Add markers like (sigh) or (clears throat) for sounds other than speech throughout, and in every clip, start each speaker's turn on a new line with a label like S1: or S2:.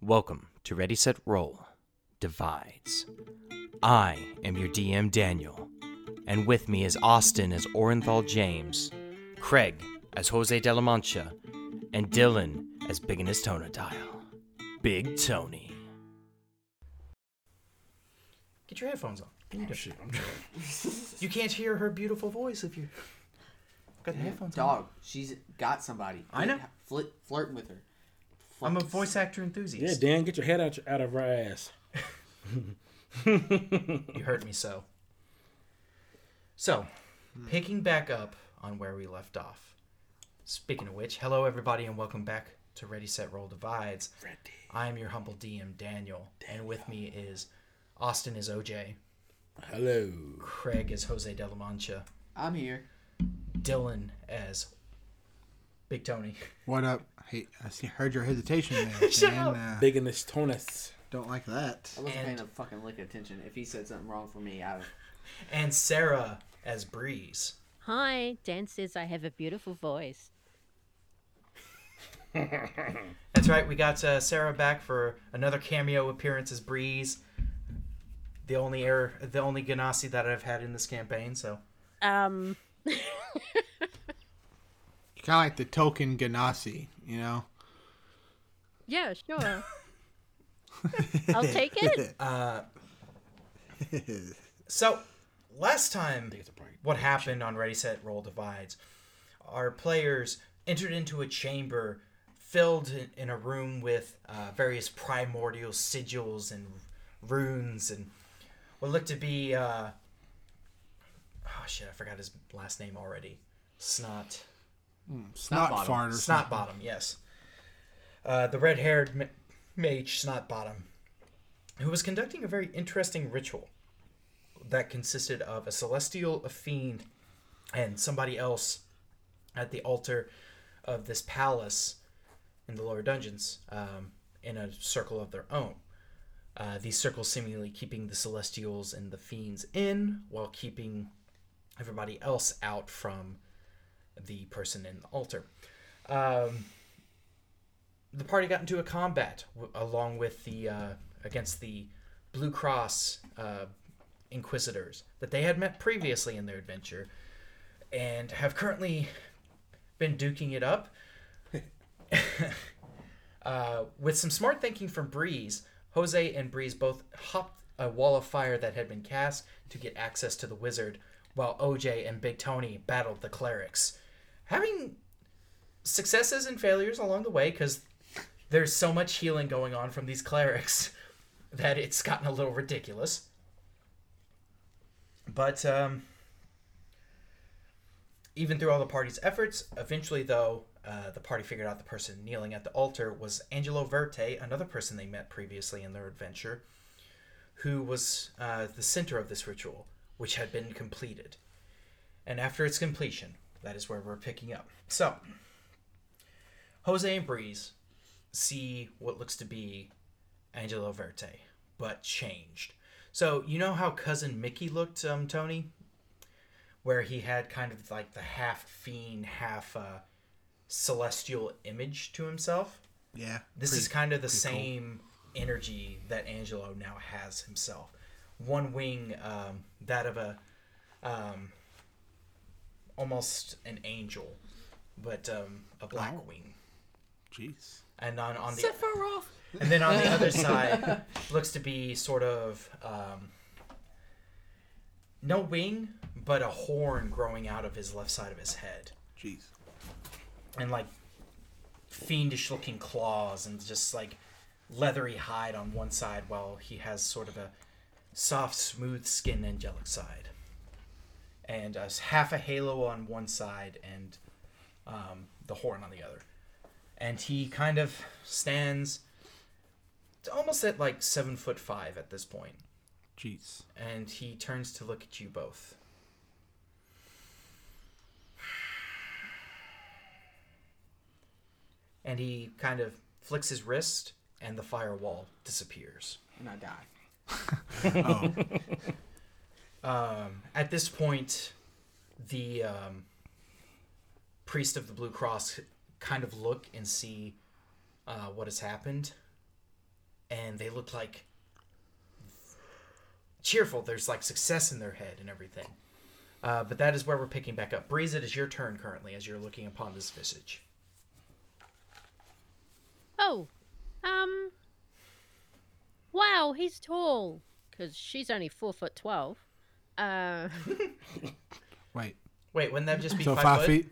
S1: Welcome to Ready Set Roll Divides. I am your DM Daniel, and with me is Austin as Orenthal James, Craig as Jose de la Mancha, and Dylan as Big in his Tonadile. Big Tony.
S2: Get your headphones on. What are you, doing? you can't hear her beautiful voice if you got the headphones on.
S3: Dog, she's got somebody.
S2: I know.
S3: Flirt, flirting with her.
S2: I'm a voice actor enthusiast.
S4: Yeah, Dan, get your head out, your- out of her ass.
S2: You hurt me so. So, picking back up on where we left off. Speaking of which, hello everybody and welcome back to Ready Set Roll Divides. Ready. I am your humble DM Daniel, and with me is Austin is OJ,
S4: Hello.
S2: Craig is Jose de la Mancha,
S3: I'm here.
S2: Dylan as Big Tony.
S5: What up? Hey, I see- heard your hesitation
S2: (laughs)
S5: there.
S2: Shut
S5: man.
S2: up.
S5: Uh,
S4: Big in this tonus.
S5: don't like that.
S3: I wasn't
S2: And-
S3: paying a fucking lick of attention. If he said something wrong for me, I would.
S2: And Sarah as Breeze.
S6: Hi, Dan says I have a beautiful voice.
S2: That's right. We got uh, Sarah back for another cameo appearance as Breeze, the only air, the only Ganassi that I've had in this campaign. So
S6: Um,
S5: Kind of like the token Ganassi, you know?
S6: yeah, sure. I'll take it.
S2: So, last time, what happened on Ready, Set, Roll Divides? Our players entered into a chamber filled in- in a room with uh, various primordial sigils and runes and what looked to be. Uh, oh shit, I forgot his last name already. Snot.
S5: Snot
S3: bottom.
S5: farter.
S2: Snot Bottom, yes. Uh, the red haired ma- mage Snot Bottom, who was conducting a very interesting ritual that consisted of a celestial, a fiend, and somebody else at the altar of this palace in the lower dungeons um, in a circle of their own. Uh, these circles seemingly keeping the celestials and the fiends in while keeping everybody else out from the person in the altar um, the party got into a combat w- along with the uh, against the Blue Cross uh, Inquisitors that they had met previously in their adventure, and have currently been duking it up. uh, with some smart thinking from Breeze, Jose and Breeze both hopped a wall of fire that had been cast to get access to the wizard, while OJ and Big Tony battled the clerics. Having successes and failures along the way because there's so much healing going on from these clerics (laughs) that it's gotten a little ridiculous. But um, even through all the party's efforts, eventually, though, uh, the party figured out the person kneeling at the altar was Angelo Verte, another person they met previously in their adventure, who was uh, the center of this ritual, which had been completed. And after its completion, that is where we're picking up. So, Jose and Breeze see what looks to be Angelo Verte, but changed. So you know how cousin Mickey looked, um, Tony, where he had kind of like the half fiend, half uh, celestial image to himself.
S5: Yeah.
S2: This
S5: pretty-
S2: is kind of the
S5: pretty cool.
S2: same energy that Angelo now has himself. One wing, um, that of a, um, almost an angel, but um, a
S5: Oh.
S2: black wing
S5: Jeez.
S2: and on, on the and then on the other side looks to be sort of um, no wing but a horn growing out of his left side of his head
S5: Jeez.
S2: and like fiendish looking claws and just like leathery hide on one side while he has sort of a soft smooth skin angelic side and uh, half a halo on one side and um, the horn on the other and he kind of stands almost at like seven foot five at this point
S5: Jeez.
S2: and he turns to look at you both and he kind of flicks his wrist and the firewall disappears
S3: And I die.
S2: um, at this point the um, priest of the blue cross kind of look and see uh, what has happened and they look like cheerful. There's like success in their head and everything. Uh, but that is where we're picking back up. Breeze, it is your turn currently as you're looking upon this visage.
S6: Oh, um. Wow, he's tall. Because she's only four foot twelve. Uh, (laughs)
S5: Wait.
S2: Wait, wouldn't that just be
S5: So
S2: five,
S5: five,
S2: foot?
S5: feet,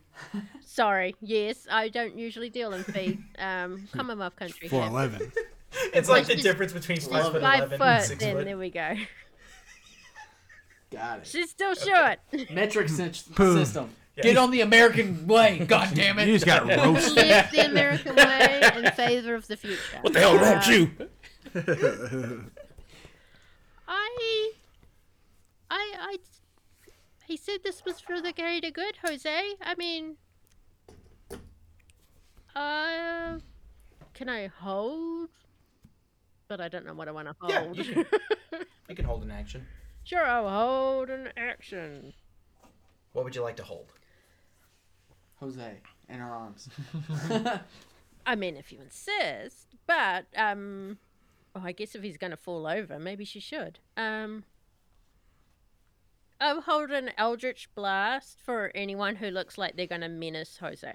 S6: sorry. Yes, I don't usually deal in feet. Um, Commonwealth country.
S5: four
S2: (laughs)
S6: here.
S5: eleven.
S2: It's like
S6: Well, (laughs)
S2: the
S6: she's
S2: difference between five foot
S6: Five
S2: eleven and
S6: foot.
S2: six
S6: Then
S2: foot.
S6: there we go.
S7: (laughs)
S3: Got it.
S6: She's still short. (laughs)
S3: Metric sys-
S5: Boom.
S3: system. Get on the American way. God damn
S5: You
S3: it.
S2: (laughs)
S5: just got roasted.
S6: Live the American way in favor of the future. What
S4: the hell wrong with you?
S6: I, I, I. He said this was for the greater good, Jose. I mean, uh, can I hold? But I don't know what I want to
S2: Yeah,
S6: hold.
S2: you can. you can hold an action.
S6: (laughs) sure, I'll hold an action.
S2: What would you like to hold?
S3: Jose in her arms.
S6: I mean, if you insist, but um, oh, I guess if he's gonna fall over, maybe she should. Um, I'll hold an eldritch blast for anyone who looks like they're gonna menace Jose.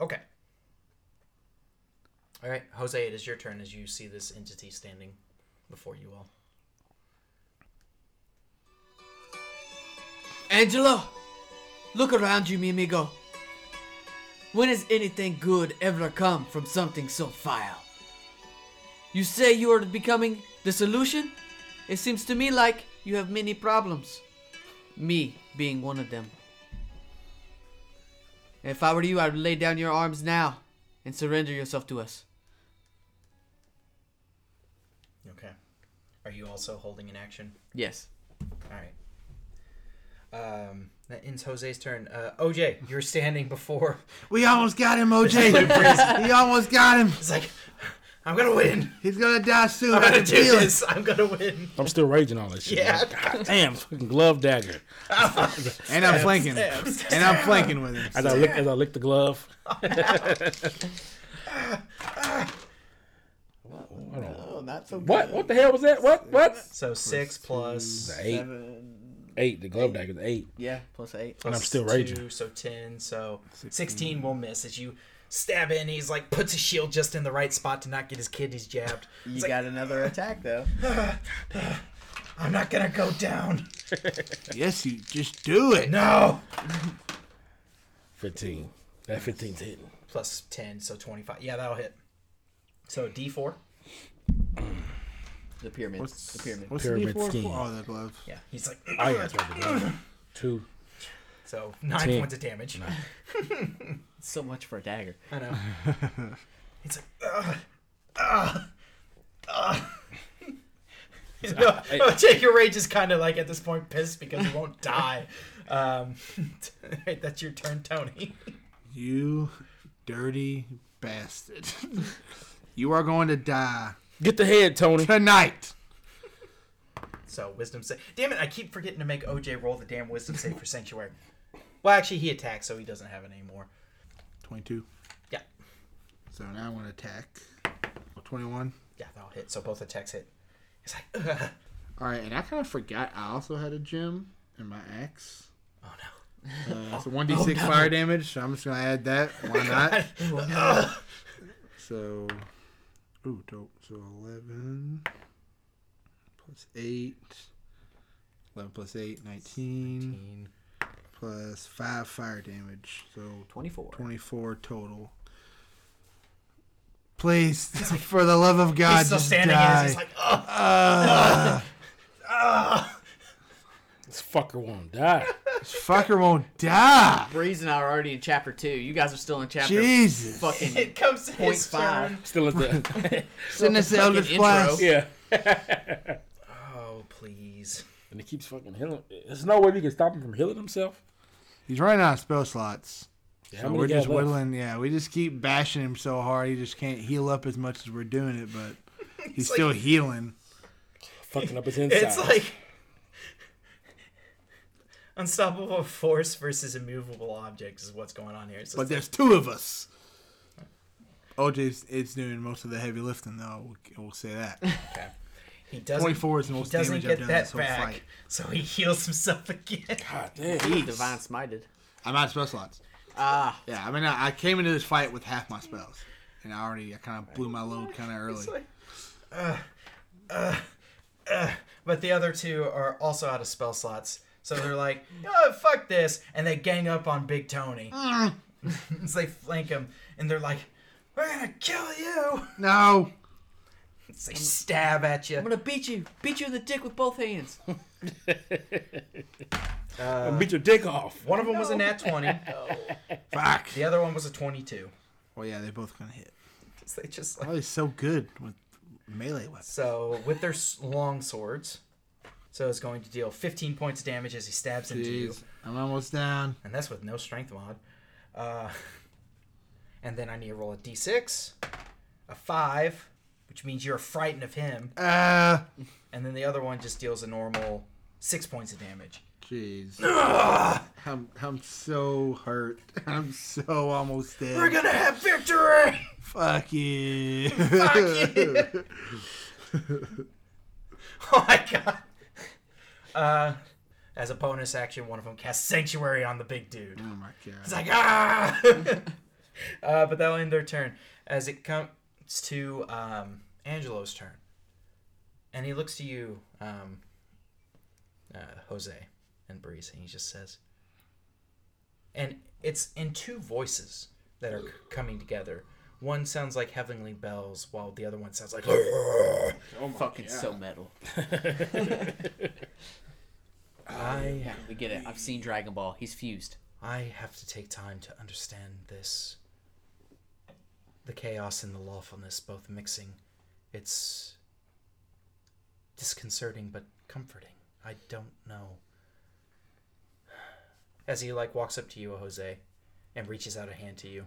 S2: Okay. All right, Jose, it is your turn as you see this entity standing before you all.
S3: Angelo, look around you, mi amigo. When has anything good ever come from something so vile? You say you are becoming the solution? (laughs) It seems to me like you have many problems. Me being one of them. If I were you, I would lay down your arms now and surrender yourself to us.
S2: Okay. Are you also holding an action?
S3: Yes.
S2: All right. Um, that ends Jose's turn. Uh, OJ, you're standing before.
S5: We almost got him, OJ. he almost got him.
S2: It's like, I'm gonna win. (laughs)
S5: He's gonna die soon.
S2: I'm
S5: I
S2: gonna
S5: can
S2: do
S5: feel it.
S2: this. I'm gonna win.
S4: (laughs) I'm still raging all this shit.
S2: Yeah.
S4: God damn, fucking glove dagger.
S5: And I'm flanking. And I'm flanking with him.
S4: As I lick, as I lick the glove.
S7: Oh, not so
S4: What? What the hell was that? What? What?
S2: So six plus.
S4: Eight. Eight. The glove dagger's eight.
S7: Yeah, plus eight.
S4: And I'm
S2: plus
S4: still raging.
S2: Two, so ten. So sixteen will miss as you stab in. He's like puts his shield just in the right spot to not get his kidneys jabbed. (laughs)
S7: You got another attack though.
S2: I'm not gonna go down.
S5: Yes, you just do it.
S2: No.
S4: Fifteen. That 15's hitting.
S2: Plus ten, so twenty-five. Yeah, that'll hit. So D four.
S7: The pyramid.
S5: What's
S7: the pyramid.
S5: What's the
S4: Pyramid
S5: D4 for?
S4: scheme.
S5: Oh, the glove.
S2: Yeah, he's like. (laughs)
S4: Oh yeah, that's right. The glove. Two.
S2: So nine
S4: Ten.
S2: points of damage.
S7: So much for a dagger.
S2: I know. He's like, ugh, (laughs) ugh, ugh. no, Jake, your rage is kind of like at this point pissed because he won't die. Um, (laughs) right, that's your turn, Tony. (laughs)
S5: You dirty bastard. (laughs) you are going to die
S4: Get the head, Tony.
S5: tonight.
S2: So wisdom save. Damn it, I keep forgetting to make OJ roll the damn wisdom save for sanctuary. Well, actually, he attacked, so he doesn't have it anymore.
S5: 22.
S2: Yeah,
S5: So now I want to attack. 21.
S2: yeah, that'll hit. So both attacks hit. He's like, ugh.
S5: All right, and I kind of forgot I also had a gem in my axe.
S2: oh no. (laughs) Oh,
S5: Uh, so 1d6 fire damage, so I'm just going to add that. Why not? so, ooh, dope. So 11 plus 8. 11 plus 8, 19, plus 5 fire damage. So
S7: 24.
S5: 24 total. Please, (laughs) for the love of God,
S2: He's still
S5: just
S2: standing.
S5: die.
S2: And he's like, ugh.
S4: This fucker won't die.
S5: (laughs) This fucker won't die.
S7: Breeze and I are already in chapter two. You guys are still in chapter
S2: (laughs)
S5: Jesus.
S7: fucking
S2: It comes to
S7: point
S2: his
S7: five.
S2: turn.
S4: Still at the.
S5: Send us the
S7: fucking
S5: Eldritch
S7: intro.
S5: Blast.
S4: yeah.
S2: Oh please.
S4: And he keeps fucking healing. There's no way we can stop him from healing himself.
S5: He's running out of spell slots.
S4: Yeah,
S5: So we're just whittling. Yeah, we just keep bashing him so hard he just can't heal up as much as we're doing it,
S2: (laughs)
S5: but he's, still healing.
S4: Fucking up his inside.
S2: It's like unstoppable force versus immovable objects is what's going on here. It's just
S5: But
S2: like,
S5: there's two of us. OJ's it's doing most of the heavy lifting, though. We'll, we'll say that.
S2: He doesn't.
S5: 24 is the
S2: he
S5: most
S2: doesn't
S5: damage I've
S2: get
S5: done
S2: that
S5: this whole
S2: back,
S5: fight.
S2: so he heals himself (laughs) again.
S4: God damn.
S7: He's divine smited.
S5: I'm out of spell slots.
S7: Ah,
S5: Yeah, I mean, I, I came into this fight with half my spells, and I already I kind of blew my load kind of early.
S2: like- uh, But the other two are also out of spell slots, so they're
S5: (laughs)
S2: like, "Oh fuck this!" and they gang up on Big Tony. so they flank him, and they're like, "We're gonna kill you!" (laughs)
S5: No,
S2: So they stab at
S3: I'm
S2: you.
S3: gonna beat you. Beat you in the dick with both hands.
S4: I'll beat your dick off.
S2: One of them was a nat
S5: (laughs)
S2: twenty.
S5: fuck.
S2: The other one was a twenty-two.
S5: Well, yeah, they both gonna hit.
S2: So they just
S5: Oh, he's so good with melee weapons.
S2: So with their s- long swords, so it's going to deal 15 points of damage as he stabs into you,
S5: Jeez, I'm almost down.
S2: and that's with no strength mod. Uh, and then I need to roll a d6, a five, which means you're frightened of him,
S5: Uh,
S2: and then the other one just deals a normal six points of damage.
S5: jeez. I'm I'm so hurt. I'm so almost dead.
S2: We're gonna have victory.
S5: Fuck you. (laughs)
S2: Fuck you. (laughs) oh my god. Uh, as a bonus action, one of them casts sanctuary on the big dude.
S5: oh my
S2: It's
S5: god.
S2: like ah. (laughs) uh, but that'll end their turn. As it comes to um, Angelo's turn, and he looks to you, um, uh, Jose and Breeze, and he just says, and it's in two voices that are c- coming together. One sounds like heavenly bells, while the other one sounds like.
S7: fucking (laughs) so metal.
S2: I
S7: Yeah, we get it. I've seen Dragon Ball. He's fused.
S2: I have to take time to understand this. The chaos and the lawfulness both mixing. It's disconcerting but comforting. I don't know. As he like walks up to you, Jose, and reaches out a hand to you.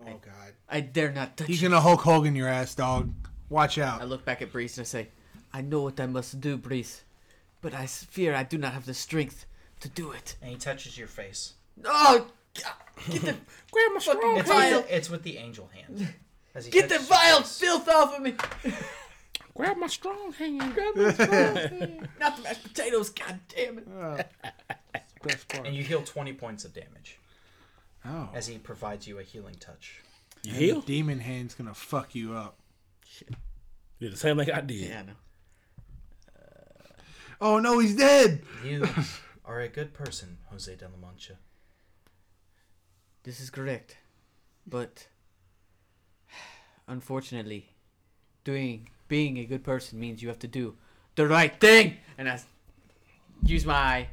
S5: Oh god.
S7: I dare not touch
S5: He's
S7: you.
S5: gonna Hulk Hogan your ass, dog. Watch
S7: I
S5: out.
S7: look back at Breeze and I say, I know what I must do, Breeze, but I s- fear I do not have the strength to do it.
S2: And he touches your face.
S7: Oh,
S4: Grab my strong
S2: It's
S4: hand.
S2: with the, it's with the angel
S7: (laughs)
S2: hand. As he
S7: get the
S2: touches-
S7: vile filth off of me!
S4: Grab my strong hand.
S7: Not the mashed potatoes, god damn it.
S5: Best part.
S2: And you heal 20 points of damage
S5: Oh.
S2: as he provides you a healing touch.
S4: You
S5: And
S4: heal?
S5: the demon hand's gonna fuck you up.
S4: Did the same thing I did.
S7: Yeah, I know.
S5: Oh no, he's dead.
S7: (laughs)
S2: You are a good person, Jose de la Mancha.
S7: This is correct. But unfortunately, doing being a good person means you have to do the right thing. And I s- use my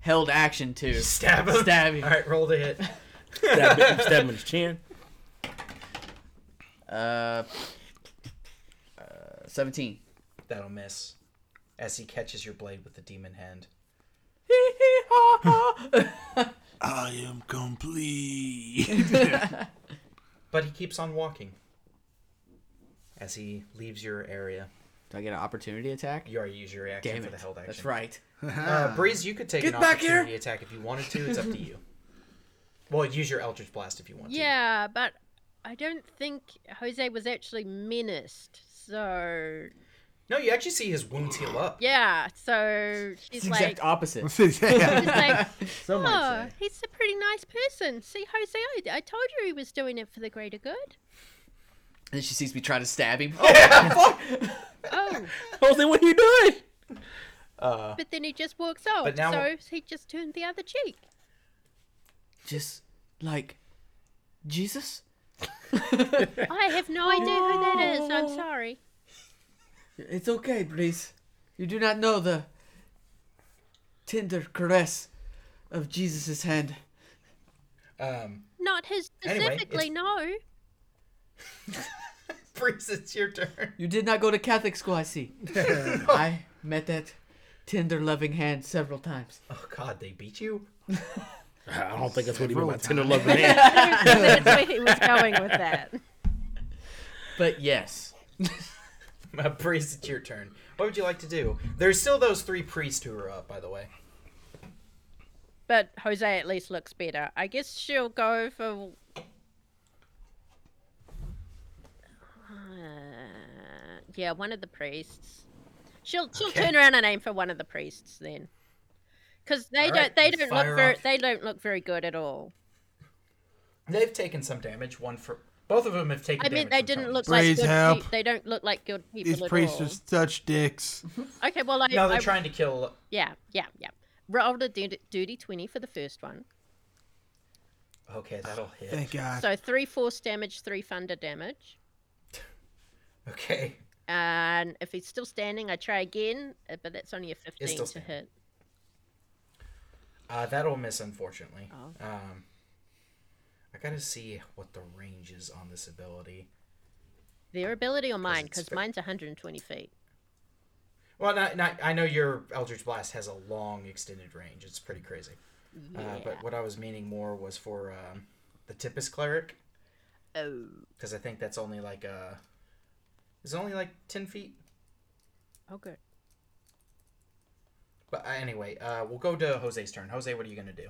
S7: held action to
S2: Stab him.
S7: Stab him.
S2: All right, roll the hit.
S4: Stab, him- stab him in his chin.
S7: uh, uh
S2: (laughs)
S7: (laughs) 17.
S2: That'll miss. As he catches your blade with the demon hand.
S5: I am (laughs) complete.
S2: But he keeps on walking. As he leaves your area.
S7: Do I get an opportunity attack?
S2: You already use your reaction
S7: Damn
S2: for
S7: it.
S2: the held action.
S7: That's right.
S2: Uh, Breeze, you could take
S7: Ah. Get
S2: an
S7: back here!
S2: opportunity attack if you wanted to. It's up to you. Well, use your Eldritch Blast if you want to.
S6: Yeah, but I don't think Jose was actually menaced. So
S2: No, you actually see his wounds heal up.
S6: yeah, so
S7: It's
S6: she's
S7: the
S6: like,
S7: exact opposite.
S5: (laughs)
S2: (laughs)
S5: yeah. (laughs)
S6: she's
S7: (laughs)
S6: like,
S5: Some
S6: oh,
S5: might say.
S6: he's a pretty nice person. See, Jose, I, I told you he was doing it for the greater good.
S7: And then she sees me try to stab
S2: (laughs)
S7: him.
S6: Oh,
S4: Jose, what are you doing?
S6: but then he just walks off.
S2: But now-
S6: So he just turned the other (laughs) cheek.
S7: Just like
S2: (laughs)
S7: Jesus?
S6: I have no idea who that is. I'm sorry.
S7: It's okay, Breeze. You do not know the tender caress of Jesus' hand.
S2: Um,
S6: Not his
S2: Anyway, it's-
S6: specifically, no.
S2: (laughs) Breeze, it's your turn.
S7: You did not go to Catholic school, I see. I met that tender loving hand several times.
S2: (laughs) Oh, God, they beat you? (laughs)
S4: I don't think that's what he meant by tender loving hand. (laughs)
S6: (laughs) That's where he was going with that.
S7: But yes.
S2: Breeze, it's your turn. What would you like to do? There's still those three priests who are up, by the way.
S6: But Jose at least looks better. I guess she'll go for uh, Yeah, one of the priests. She'll she'll turn around and aim for one of the priests then, because they
S2: All
S6: don't
S2: right,
S6: they
S2: you
S6: don't
S2: fire
S6: look very
S2: up.
S6: they don't look very good at all.
S2: They've taken some damage. One for both of them have taken.
S6: I mean,
S2: damage
S6: they
S2: from
S6: didn't
S2: Tony.
S6: look
S5: Praise
S6: like good.
S5: help.
S6: Pe- they don't look like good
S5: (laughs)
S6: people
S5: These
S6: at
S5: priests
S6: all.
S5: are such (laughs) dicks.
S6: Okay, well, I,
S2: No, they're
S6: I-
S2: trying to kill.
S6: yeah, yeah, yeah. Rolled a duty, duty twenty for the first one,
S2: Okay, that'll hit.
S5: Thank God.
S6: so three force damage, three thunder damage.
S2: (laughs) Okay,
S6: And if he's still standing, I try again, uh, but that's only a fifteen to
S2: standing.
S6: hit.
S2: uh, that'll miss unfortunately.
S6: Oh.
S2: Um, I gotta see what the range is on this ability.
S6: Their ability or mine,
S2: it's
S6: because
S2: spe-
S6: mine's one hundred and twenty feet.
S2: Well, not, not, I know your Eldritch Blast has a long extended range. It's pretty crazy. Uh, but what I was meaning more was for um, the Tippus Cleric,
S6: Oh,
S2: because I think that's only like uh, is it only like ten feet.
S6: oh, good.
S2: But uh, anyway, uh, we'll go to Jose's turn. Jose, what are you gonna do?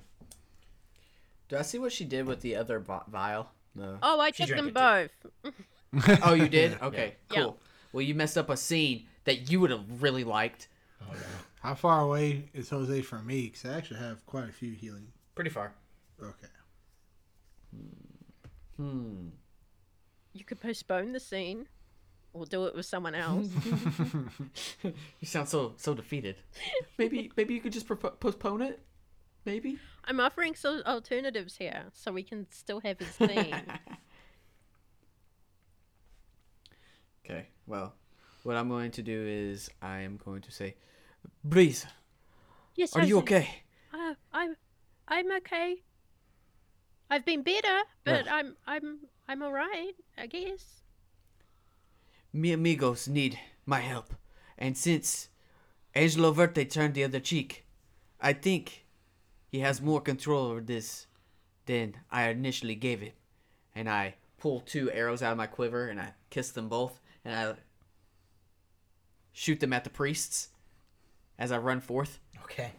S7: Do I see what she did with the other vi- vial? No.
S6: Oh, I
S2: She
S6: took them
S2: drank it
S6: both.
S7: oh, you did? Okay,
S6: Yeah.
S7: cool. Well, you messed up a scene that you would have really liked.
S5: How far away is Jose from me? Because I actually have quite a few healing.
S2: Pretty far.
S5: Okay.
S6: You could postpone the scene, or do it with someone (laughs) else.
S7: You sound so so defeated. Maybe maybe you could just propo- postpone it. Maybe.
S6: I'm offering some alternatives here, so we can still have (laughs) his scene.
S7: Okay. Well, what I'm going to do is I am going to say, Breeze,
S6: yes,
S7: are you
S6: Jose.
S7: okay?
S6: Uh, I'm, I'm okay. I've been better, but
S7: Well.
S6: I'm, I'm, I'm all right, I guess.
S7: Mi amigos need my help. And since Angelo Verte turned the other cheek, I think he has more control over this than I initially gave him. And I pull two arrows out of my quiver and I kiss them both and I shoot them at the priests as I run forth.
S2: Okay.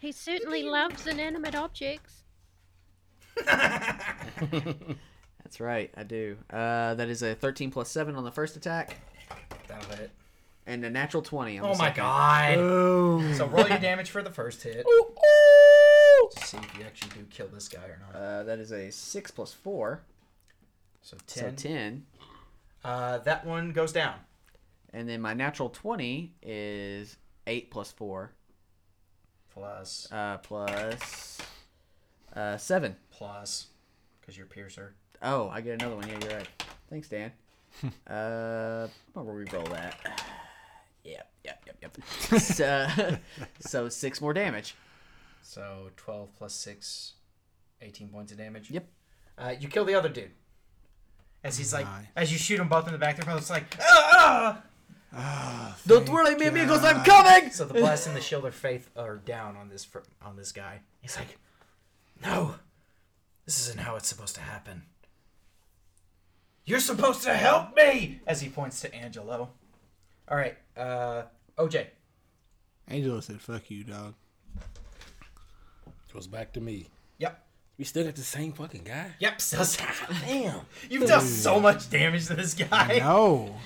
S6: He certainly loves inanimate objects.
S7: That's right, I do. Uh, that is a 13 plus 7 on the first attack
S2: That'll hit.
S7: and a natural 20 on the
S2: Oh my (laughs)
S7: second.
S2: god.
S5: Oh.
S2: So roll your damage for the first hit. See if you actually do kill this guy or not.
S7: Uh, that is a 6 plus 4,
S2: So ten.
S7: so 10.
S2: Uh, that one goes down.
S7: And then my natural 20 is 8 plus 4
S2: Plus,
S7: uh, plus uh, 7.
S2: plus, because you're piercer.
S7: Oh, I get another one. Yeah, you're right.
S2: (laughs)
S7: Thanks, Dan. uh, I'm going to reroll that. (sighs) Yep, yep, yep,
S2: (laughs)
S7: yep. so, (laughs) so 6 more damage.
S2: So 12 plus 6, 18 points of damage.
S7: Yep.
S2: Uh, you kill the other dude. As he's like,
S5: Nice.
S2: as you shoot him both in the back, they're both like, ah!
S7: Don't worry, me amigos, I'm coming!
S2: So the blast and the shield of faith are down on this fr- on this guy. He's like, no, this isn't how it's supposed to happen. You're supposed to help me! As he points to Angelo. All right, uh, OJ.
S5: Angelo said, "Fuck you, dog."
S4: Goes back to me.
S2: Yep.
S4: We still got the same fucking guy.
S2: Yep. So (laughs) damn, you've done so much damage to this guy.
S5: No,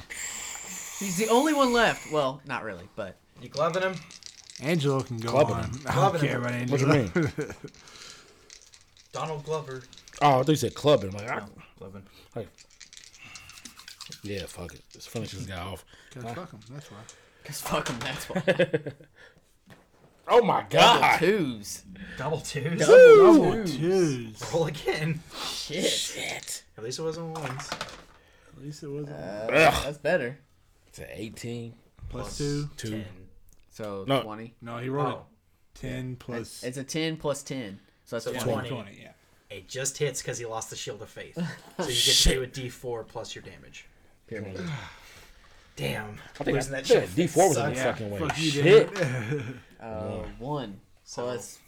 S7: He's the only one left. Well, not really, but.
S2: You clubbing him?
S5: Angelo can go
S4: Clubbing
S5: on.
S4: him.
S5: I
S2: Clubbing
S5: don't care
S2: him.
S5: about
S4: What you
S5: Angelo.
S4: (laughs)
S5: (laughs)
S4: mean?
S2: Donald Glover.
S4: Oh, I thought you said clubbing. Like, I,
S2: Loving.
S4: like, yeah, fuck it. Let's finish this guy off.
S5: Cause fuck him. That's why.
S7: Because fuck him, that's
S2: (laughs)
S7: why.
S4: Oh my
S7: Double
S4: god.
S7: twos.
S2: Double twos.
S5: Double twos.
S2: Roll again.
S7: Shit.
S2: At least it wasn't ones.
S5: At least it wasn't
S4: Ugh.
S7: That's better.
S4: It's an 18,
S5: plus two.
S4: two.
S2: Ten.
S7: So
S4: No.
S7: 20.
S5: No, he rolled it.
S2: Oh.
S5: ten plus
S7: It's a 10 plus 10. So that's
S2: So
S7: 20.
S2: 20.
S5: twenty. Yeah.
S2: It just hits because he lost the shield of
S4: (laughs)
S2: faith. So you get to
S4: Shit.
S2: do a D4 plus your damage.
S7: Pyramid.
S2: Damn.
S4: I think, I,
S2: Losing that
S4: that
S2: shield.
S4: D four was in the
S2: sucks.
S4: fucking way.
S5: Fuck you,
S4: Shit.
S7: Uh, 1. So that's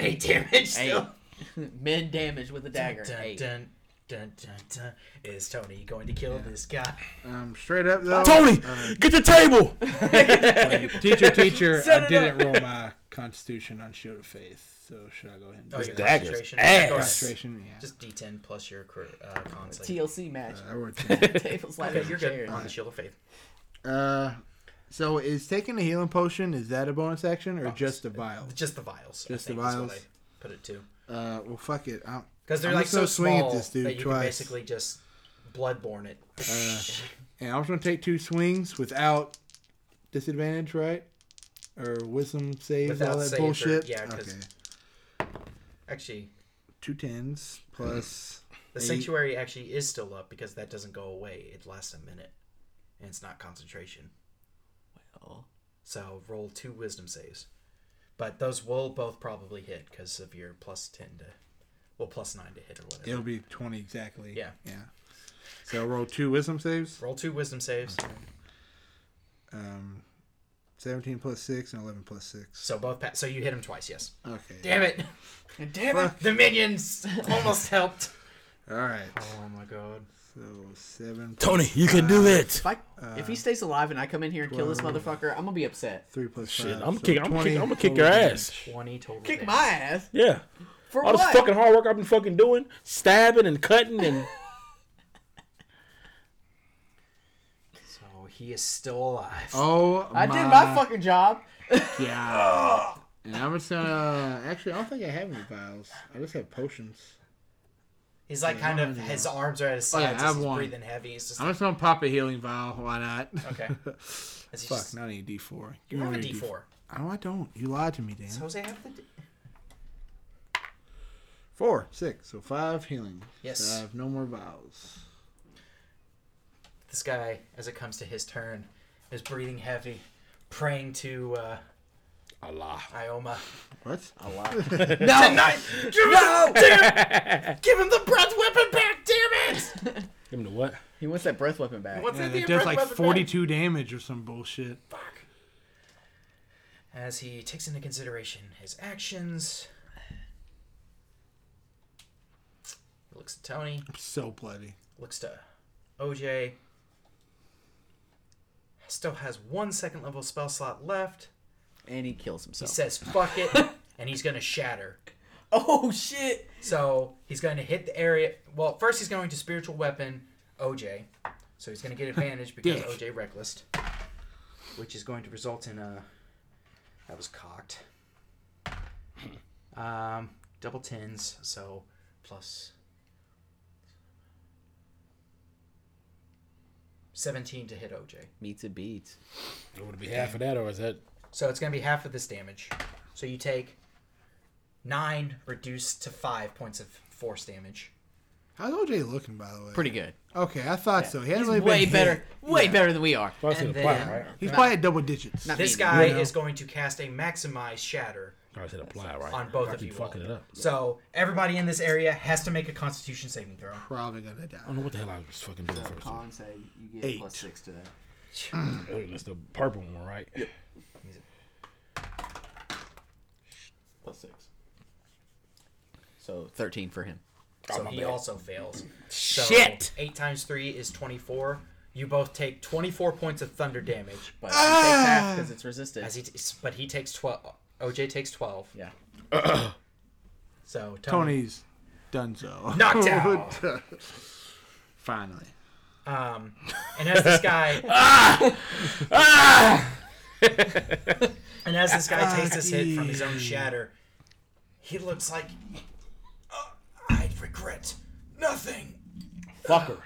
S2: (laughs) Eight damage. Still.
S7: 8. Mid damage with a dagger.
S2: Dun,
S7: 8.
S2: dun, dun, dun, dun. Is Tony going to kill this guy?
S5: (laughs) Um, straight up though. uh,
S4: Tony, get the table.
S5: (laughs) Teacher, teacher,
S7: Set
S5: I
S7: it
S5: didn't roll my Constitution on Shield of Faith, so should I go ahead and do
S2: Oh,
S5: that?
S2: your
S4: daggers.
S2: concentration.
S4: Ass.
S2: Go ahead.
S5: Concentration, yeah.
S2: Just D10 plus your cor- uh, con save.
S7: TLC match.
S5: I rolled
S7: (laughs)
S5: ten.
S7: Table slide
S2: Okay,
S7: on
S2: you're
S7: your
S2: good
S7: chair.
S2: on the shield of faith.
S5: (laughs) Uh, so is taking a healing potion is that a bonus action or
S2: Oh,
S5: just a
S2: it's-
S5: vial?
S2: Just the vials. I
S5: Just the
S2: think is what
S5: vials.
S2: I put it to.
S5: Uh, well, fuck it. I'm,
S2: Because they're
S5: I'm
S2: like
S5: just gonna
S2: so
S5: swing
S2: small
S5: at this dude
S2: that you
S5: twice. Uh,
S2: can basically just bloodborne it.
S5: and I'm just gonna take two swings without disadvantage, right? Or wisdom saves
S2: Without
S5: all that
S2: save or-
S5: bullshit.
S2: yeah, 'cause-
S5: okay.
S2: (laughs) Actually,
S5: Two tens plus.
S2: the
S5: Eight.
S2: sanctuary actually is still up because that doesn't go away. It lasts a minute, and it's not concentration.
S7: Well.
S2: So roll two wisdom saves, but those will both probably hit because of your plus ten to, well, plus nine to hit or whatever.
S5: It'll be twenty exactly.
S2: Yeah.
S5: Yeah. So roll two wisdom saves.
S2: Roll two wisdom saves,
S5: Um, seventeen plus six and eleven plus six.
S2: so both pa- so you hit him twice. Yes.
S5: Okay.
S2: Damn it! (laughs)
S7: Damn it!
S2: The minions almost helped.
S5: All right.
S2: Oh my god.
S5: So seven.
S4: Tony, you can do it.
S7: If I, if he stays alive and I come in here and kill this motherfucker, I'm gonna be upset.
S5: Three plus
S4: Shit,
S5: five.
S4: I'm
S5: so
S4: kick, I'm
S5: 20
S4: kick, I'm gonna kick
S5: total
S4: your
S5: damage.
S4: ass.
S2: Twenty total.
S7: Kick
S2: damage.
S7: my ass
S4: Yeah,
S7: for
S4: all this
S7: what?
S4: fucking hard work I've been fucking doing, stabbing and cutting (sighs) and
S2: So he is still alive.
S5: Oh
S7: I did my fucking job.
S5: god. and I'm just gonna. Actually, I don't think I have any vials. I just have potions.
S2: He's like kind of his arms are at his
S5: Oh, yeah,
S2: sides.
S5: I have
S2: he's
S5: one.
S2: breathing heavy. He's just
S5: I'm just gonna pop a healing vial. Why not?
S2: okay. As he
S5: (laughs) Fuck,
S2: just-
S5: not any D4.
S2: you
S5: Give
S2: have a
S5: me
S2: D
S5: your
S2: four.
S5: No, I don't. You lied to me, Dan.
S2: Does Jose have the? D-
S5: Four, six, so five healing.
S2: Yes.
S5: So I have no more vials.
S2: this guy, as it comes to his turn, is breathing heavy, praying to uh,
S4: Allah.
S5: (laughs)
S2: Ioma.
S5: What?
S2: Tonight, give, him,
S5: (laughs)
S2: damn- give him the breath weapon back! Damn it!
S4: Give him the what?
S7: He wants that breath weapon back.
S2: What's
S5: Yeah,
S2: in the
S5: it does
S2: breath
S5: like
S2: weapon back?
S5: 42 damage or some bullshit.
S2: As he takes into consideration his actions, he looks at Tony.
S5: I'm so bloody.
S2: looks to OJ. Still has one second level spell slot left.
S7: And he kills
S2: He
S7: himself.
S2: says, fuck it, and he's going to shatter.
S7: oh shit!
S2: So he's going to hit the area. Well, first he's going to spiritual weapon OJ. So he's going to get advantage because OJ reckless, which is going to result in a. That was cocked. Um, double tens, so plus. 17 to hit OJ.
S7: Meets a beat.
S4: Would it be half of that, or is that
S2: So it's going to be half of this damage. So you take nine reduced to five points of force damage.
S5: How's OJ looking, by the way?
S7: Pretty good.
S5: Okay, I thought so. He hasn't
S7: He's
S5: really
S7: way
S5: been
S7: better.
S5: hit.
S7: Way better than we are.
S4: close to
S2: And
S4: the plot,
S2: then-
S4: right?
S5: He's probably at double digits.
S7: Not-
S2: This
S7: Yeah.
S2: guy
S5: Yeah.
S2: is going to cast a maximize shatter
S4: Close to the plot, right?
S2: on both
S4: I
S2: of
S4: keep
S2: you. all.
S4: fucking it up.
S2: So everybody in this area has to make a Constitution saving throw.
S5: Probably gonna
S4: I don't
S5: die.
S4: know what the hell I was fucking doing first.
S7: say you get
S5: Eight. plus
S7: six to that.
S4: Oh, That's the purple one, right?
S7: Plus six. So thirteen for him.
S2: So he also fails. So
S7: Shit.
S2: Eight times three is twenty-four. You both take twenty-four points of thunder damage.
S7: But he takes half because it's resisted.
S2: As he, t- but he takes twelve. OJ takes twelve.
S7: yeah.
S2: So Tony,
S5: Tony's done so. (laughs)
S2: knocked out.
S5: Finally.
S2: Um, and as this guy, (laughs) and as this guy takes this hit from his own shatter, he looks like "Uh, I regret nothing.
S4: (laughs) Fucker.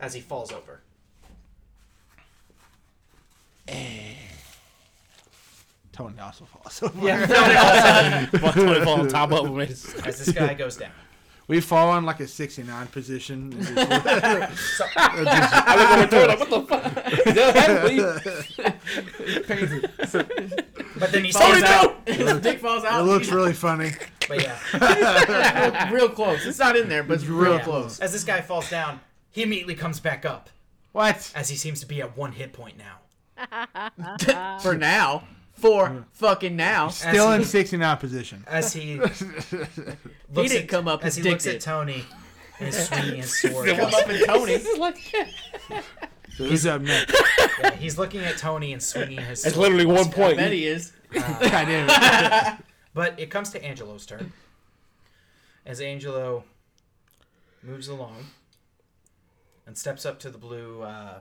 S2: as he falls over.
S5: Tony also falls (laughs) over.
S4: Fuck Tony fall on top of (laughs) him. It's-
S2: As this guy goes down.
S5: We fall in like a 69 position. and just-
S7: (laughs)
S2: So,
S4: (laughs)
S2: but then he stands up.
S7: His dick falls
S5: it
S7: out.
S5: looks really funny.
S2: But yeah,
S7: real close. It's not in there, but it's real
S5: Yeah.
S7: close.
S2: as this guy falls down, he immediately comes back up
S5: What?
S2: as he seems to be at one hit point now.
S7: For now. For fucking now.
S5: Still
S2: As
S5: in
S2: he-
S5: 69 position.
S2: As he looks
S7: didn't
S2: at,
S7: come up
S2: as he
S7: and dicked
S2: looks at
S7: it.
S2: Tony and is swinging his sword.
S7: Tony.
S5: So he's up next.
S7: (laughs)
S2: Yeah, he's looking at Tony and swinging his
S4: It's
S2: sword.
S4: literally one point.
S7: bet he is.
S5: God damn it.
S2: But it comes to Angelo's turn. (clears throat) As Angelo moves along and steps up to the blue uh,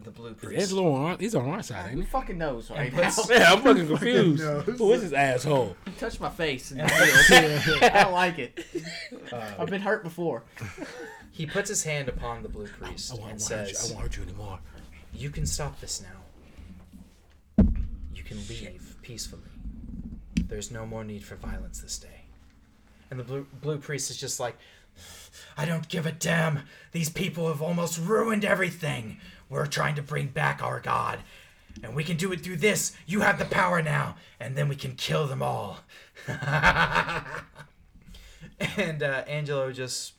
S2: the blue priest.
S4: Angelo on our, he's on our side, ain't
S7: Who
S4: he?
S7: fucking knows right now?
S2: puts-
S4: (laughs) Yeah, I'm (laughs) fucking confused. Who is this asshole?
S7: You touched my face (laughs) and (laughs) I don't like it. I've been hurt before.
S2: He puts his hand upon the blue priest
S4: I won't, I
S2: and
S4: won't hurt you. I
S2: says,
S4: won't hurt you
S2: (laughs)
S4: anymore.
S2: "You can stop this now. You can leave peacefully. There's no more need for violence this day." And the blue, blue priest is just like, "I don't give a damn. These people have almost ruined everything. We're trying to bring back our god." And we can do it through this. You have the power now, and then we can kill them all. (laughs) and uh, Angelo just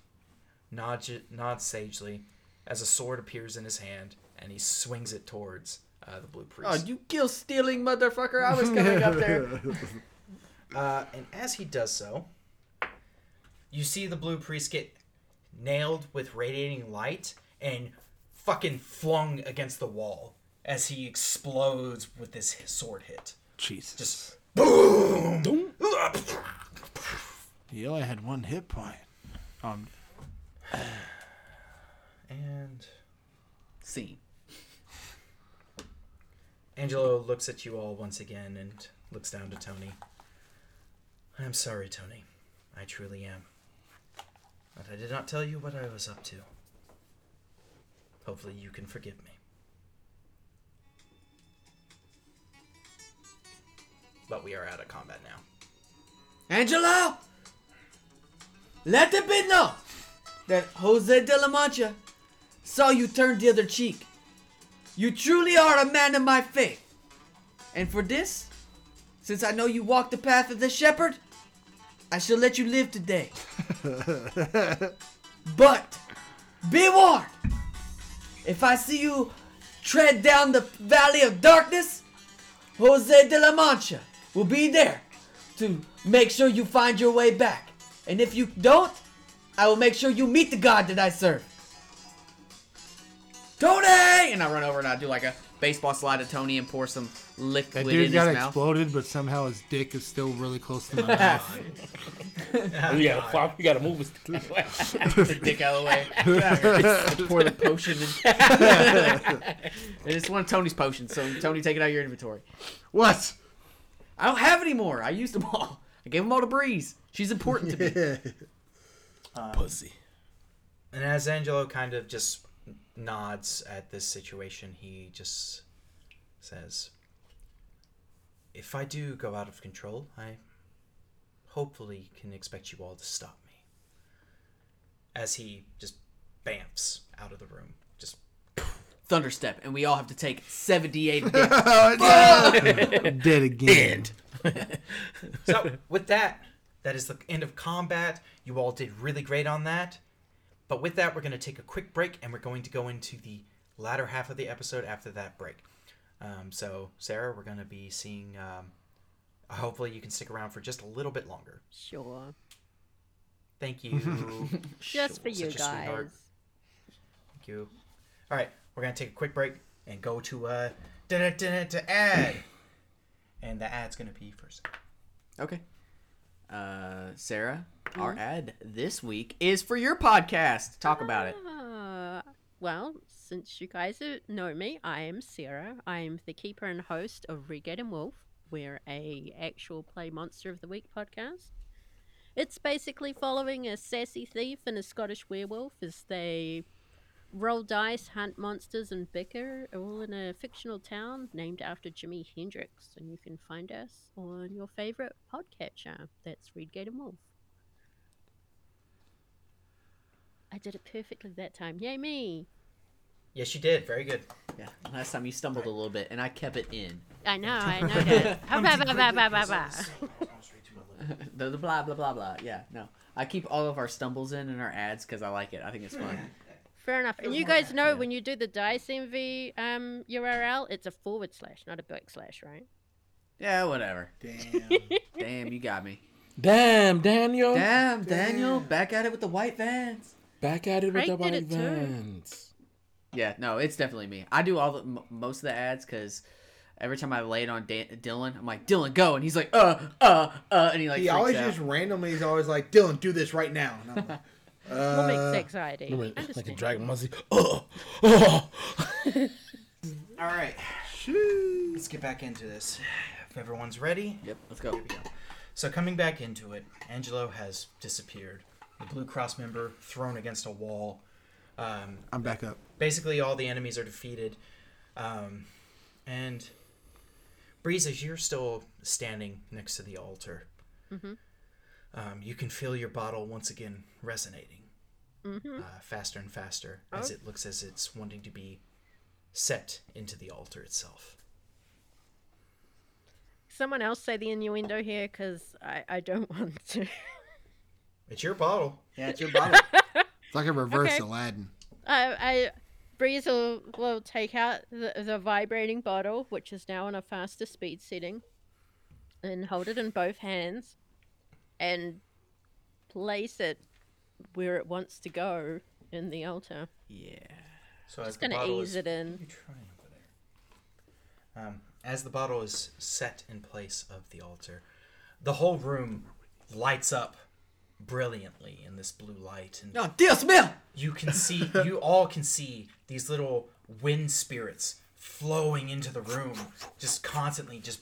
S2: nods, nods sagely as a sword appears in his hand and he swings it towards uh, the blue
S7: Oh,
S2: priest.
S7: you kill stealing motherfucker! I was coming up there.
S2: Uh, and as he does so, you see the blue priest get nailed with radiating light and fucking flung against the wall as he explodes with this sword hit.
S5: Jesus.
S4: Doom.
S5: He only had one hit point. Um,
S2: And
S7: (laughs) Scene.
S2: Angelo looks at you all once again and looks down to Tony. I'm sorry, Tony. I truly am. But I did not tell you what I was up to. Hopefully, you can forgive me. But we are out of combat now.
S7: Angelo, let it be known that Jose de la Mancha saw you turn the other cheek. You truly are a man of my faith. And for this, since I know you walk the path of the shepherd, I shall let you live today. but be warned if I see you tread down the valley of darkness, Jose de la Mancha will be there to make sure you find your way back. And if you don't, I will make sure you meet the God that I serve. Tony! And I run over and I do like a baseball slide to Tony and pour some
S5: that
S7: liquid
S5: dude
S7: in
S5: got
S7: his mouth.
S5: exploded, but somehow his dick is still really close
S7: (laughs)
S5: to my mouth.
S4: We gotta fuck. We gotta move his
S7: the dick out of the way. (laughs) Pour the potion. In. (laughs) and it's one of Tony's potions, so Tony, take it out of your inventory.
S5: what?
S7: I don't have any more. I used them all. I gave them all to Breeze. She's important to
S5: (laughs)
S7: me.
S8: Oh,
S4: pussy.
S2: And as Angelo kind of just nods at this situation, he just says, If I do go out of control, I hopefully can expect you all to stop me. As he just bamps out of the room. Just
S7: Thunderstep, and we all have to take 78 hits.
S5: (laughs) Dead again.
S2: So, with that, that is the end of combat. You all did really great on that. But with that, we're going to take a quick break and we're going to go into the latter half of the episode after that break. Um, so, Sarah, we're going to be seeing. Um, hopefully, you can stick around for just a little bit longer.
S6: Sure.
S2: Thank you. Thank
S6: Just for
S2: Such
S6: you
S2: a sweetheart.
S6: guys.
S2: you. All right, we're going to take a quick break and go to uh, to ad. And the ad's going to be first.
S7: Okay. Uh, Sarah, our ad this week is for your podcast. Talk about it.
S6: Uh, well, since you guys are- know me, I am Sarah. I am the keeper and host of Regate and Wolf. We're a actual play Monster of the Week podcast. It's basically following a sassy thief and a Scottish werewolf as they roll dice, hunt monsters, and bicker, all in a fictional town named after Jimi Hendrix. And you can find us on your favorite podcatcher. That's Redgate and Wolf. I did it perfectly that time. Yay me!
S2: Yes, you did. Very good.
S7: Yeah. Last time you stumbled a little bit, and I kept it in. (laughs)
S6: I know, I know (laughs) that. Bah, bah, bah, bah, bah, bah, bah.
S7: The, the blah blah blah blah. Yeah. No. I keep all of our stumbles in and our ads because I like it. I think it's fun.
S6: Fair enough. And you guys know when you do the dice MV um, URL, it's a forward slash, not a back slash, right?
S7: yeah. Whatever.
S5: Damn.
S7: Damn, you got me.
S4: (laughs) Damn, Daniel.
S7: Damn, Daniel, back at it with the white vans.
S4: Back at it with the
S6: Craig
S4: white
S6: did it too.
S4: vans.
S7: Yeah. No, it's definitely me. I do all the m- most of the ads because. Every time I lay it on Dan- Dylan, I'm like, Dylan, go, and he's like, uh, uh, uh, and he like.
S8: He
S7: freaks
S8: always
S7: out.
S8: just randomly is always like, Dylan, do this right now. And I'm like, uh,
S6: What makes anxiety?
S4: (laughs) Remember, like a
S6: Understand.
S4: oh. dragon muzzy. Oh, oh.
S2: All right. Let's get back into this. If everyone's ready.
S7: Yep, let's go.
S2: So coming back into it, Angelo has disappeared. The Blue Cross member thrown against a wall. Um,
S5: I'm back up.
S2: basically all the enemies are defeated um, and breeze as you're still standing next to the altar
S6: Mm-hmm.
S2: um, you can feel your bottle once again resonating
S6: Mm-hmm.
S2: uh, faster and faster
S6: Oh.
S2: as it looks as it's wanting to be set into the altar itself
S6: Someone else say the innuendo here because I, I don't (laughs) want to.
S2: it's your bottle
S7: Yeah, it's your bottle.
S5: It's like a reverse
S6: Okay.
S5: Aladdin.
S6: I, I Breeze will, will take out the, the vibrating bottle, which is now on a faster speed setting, and hold it in both hands and place it where it wants to go in the altar.
S2: so
S6: Just gonna ease it in.
S2: you trying over there? Um, as the bottle is set in place of the altar, the whole room lights up brilliantly in this blue light, and
S7: no, Dios mío!
S2: you can see, you all can see these little wind spirits flowing into the room, just constantly, just.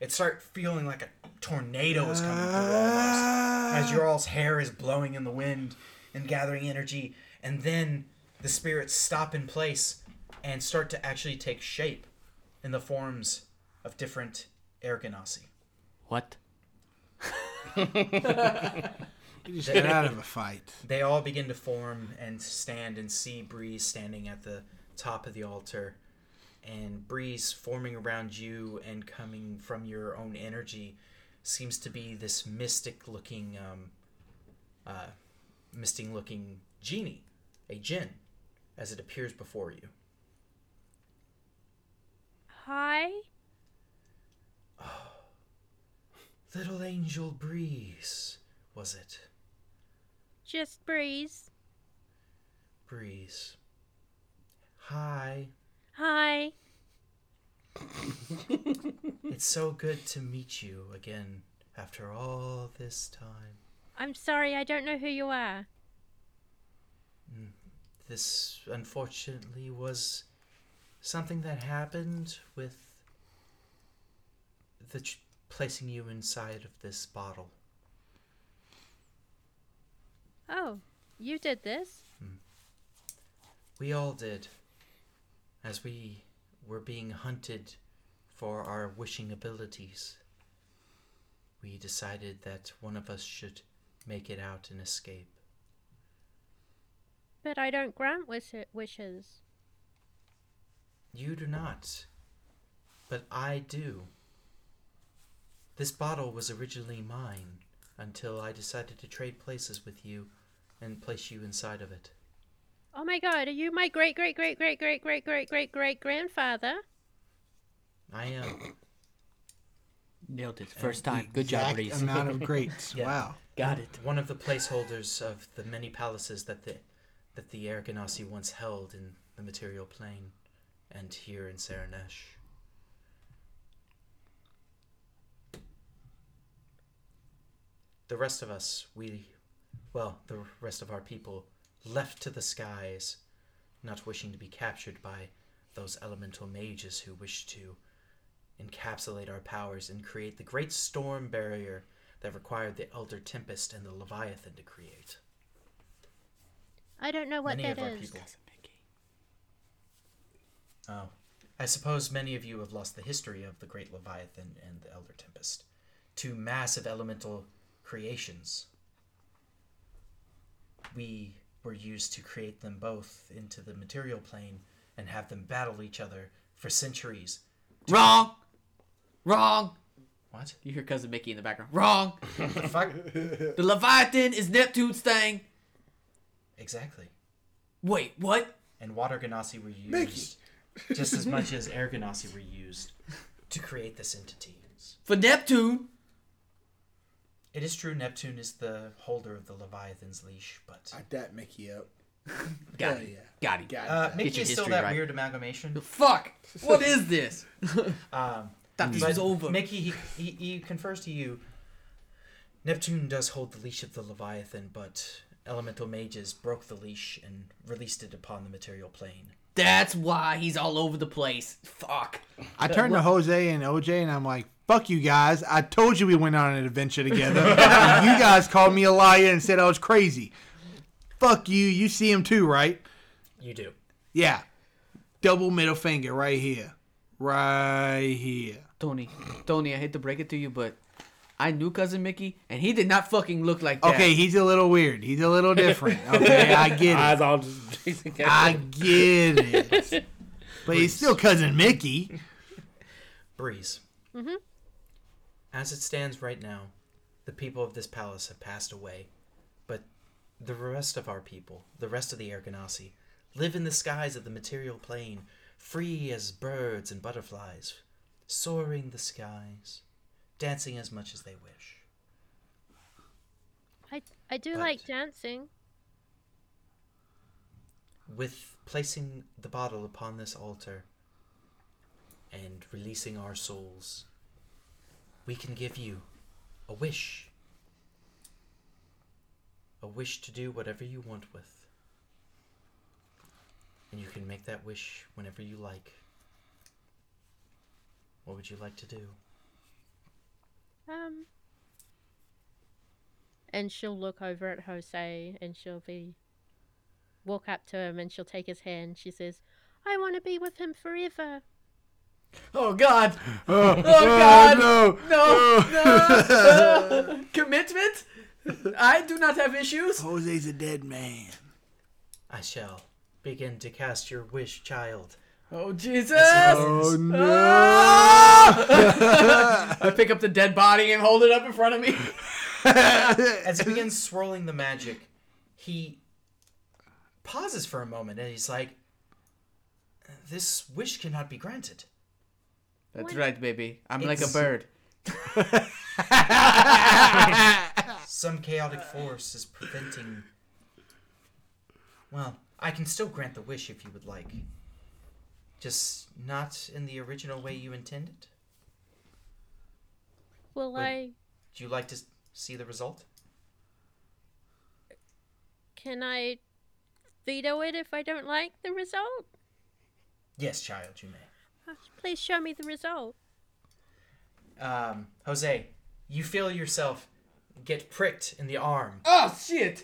S2: It start feeling like a tornado is coming through almost, as your all's hair is blowing in the wind and gathering energy, and then the spirits stop in place and start to actually take shape in the forms of different Ergonasi.
S7: What?
S5: You just get out of a fight.
S2: they all begin to form and stand and see Breeze standing at the top of the altar and Breeze forming around you and coming from your own energy seems to be this mystic looking um uh mystic looking genie, a jinn as it appears before you.
S6: Hi.
S2: Little angel Breeze, was it?
S6: Just Breeze.
S2: Breeze. Hi.
S6: Hi.
S2: It's so good to meet you again after all this time.
S6: I'm sorry, I don't know who you are.
S2: this unfortunately was something that happened with the ch- placing you inside of this bottle.
S6: Oh, you did this?
S2: We all did, as we were being hunted for our wishing abilities. We decided that one of us should make it out and escape.
S6: But I don't grant wish- wishes.
S2: You do not, but I do. This bottle was originally mine until I decided to trade places with you and place you inside of it.
S6: Oh my god, are you my great great great great great great great great great grandfather?
S2: I am.
S7: Nailed it. First time. Good
S5: Exact
S7: job, Reese.
S5: amount of (laughs) greats.
S2: Yeah.
S5: Wow.
S7: Got it.
S2: One of the placeholders of the many palaces that the that the Erganasi once held in the material plane and here in Saranesh. The rest of us, we well, the rest of our people left to the skies, not wishing to be captured by those elemental mages who wish to encapsulate our powers and create the great storm barrier that required the Elder Tempest and the Leviathan to create.
S6: I don't know what
S2: many
S6: that
S2: of our
S6: is.
S2: people. Oh. I suppose many of you have lost the history of the Great Leviathan and the Elder Tempest. Two massive elemental creations. We were used to create them both into the material plane and have them battle each other for centuries.
S7: Wrong. Wrong.
S2: What?
S7: You hear cousin Mickey in the background. Wrong.
S8: (laughs)
S2: The fuck?
S7: The Leviathan is Neptune's thing.
S2: exactly.
S7: Wait, what?
S2: and water ganassi were used just as much as air ganassi were
S7: (laughs)
S2: used to create this entity.
S7: For Neptune?
S2: It is true Neptune is the holder of the Leviathan's leash, but
S8: I that Mickey up. Hell
S7: Got it.
S8: yeah.
S7: Got it.
S8: Got
S2: uh,
S8: it.
S2: Mickey
S7: your
S2: is still
S7: history
S2: that
S7: right.
S2: weird amalgamation.
S7: Fuck. What is this?
S2: Um,
S7: Thought this
S2: but
S7: was over.
S2: Mickey, he, he, he confers to you. Neptune does hold the leash of the Leviathan, but elemental mages broke the leash and released it upon the material plane.
S7: That's why he's all over the place. Fuck.
S5: I turned to Jose and OJ and I'm like, fuck you guys. I told you we went on an adventure together. And you guys called me a liar and said I was crazy. Fuck you. You see him too, right?
S2: You do.
S5: Yeah. Double middle finger right here. Right here.
S9: Tony, Tony, I hate to break it to you, but I knew cousin Mickey, and he did not fucking look like that.
S5: Okay, he's a little weird. He's a little (laughs) different. Okay, I get
S4: Eyes
S5: it.
S4: all (laughs) just.
S5: I get it. But he's still cousin Mickey.
S2: Breeze. Mm-hmm. As it stands right now, the people of this palace have passed away, but the rest of our people, the rest of the Erganasi, live in the skies of the material plane, free as birds and butterflies, soaring the skies, dancing as much as they wish.
S6: I, I do
S2: But-
S6: like dancing.
S2: With placing the bottle upon this altar and releasing our souls, we can give you a wish. A wish to do whatever you want with. And you can make that wish whenever you like. What would you like to do?
S6: Um, and she'll look over at Jose and she'll be walk up to him and she'll take his hand. She says, "I want to be with him forever."
S7: Oh God.
S5: (laughs) (laughs) Oh,
S7: God.
S5: no.
S7: No. No. Commitment. I do not have issues.
S5: Jose's a dead man.
S2: I shall begin to cast your wish, child.
S7: Oh Jesus.
S5: Oh
S7: Ah! I pick up the dead body and hold it up in front
S2: (laughs)
S7: of me.
S2: As he begins swirling the magic, he pauses for a moment and he's like, This wish cannot be granted.
S9: That's
S6: What?
S9: right, baby. I'm like a
S2: It's-
S9: bird.
S2: Some chaotic force is preventing. Well, I can still grant the wish if you would like. Just not in the original way you intended.
S6: Will I?
S2: Wait. Do you like to s- see the result?
S6: Can I veto it if I don't like the result?
S2: Yes, child, you may.
S6: Please show me the result.
S2: Um, Jose, you feel yourself get pricked in the arm,
S7: Oh shit.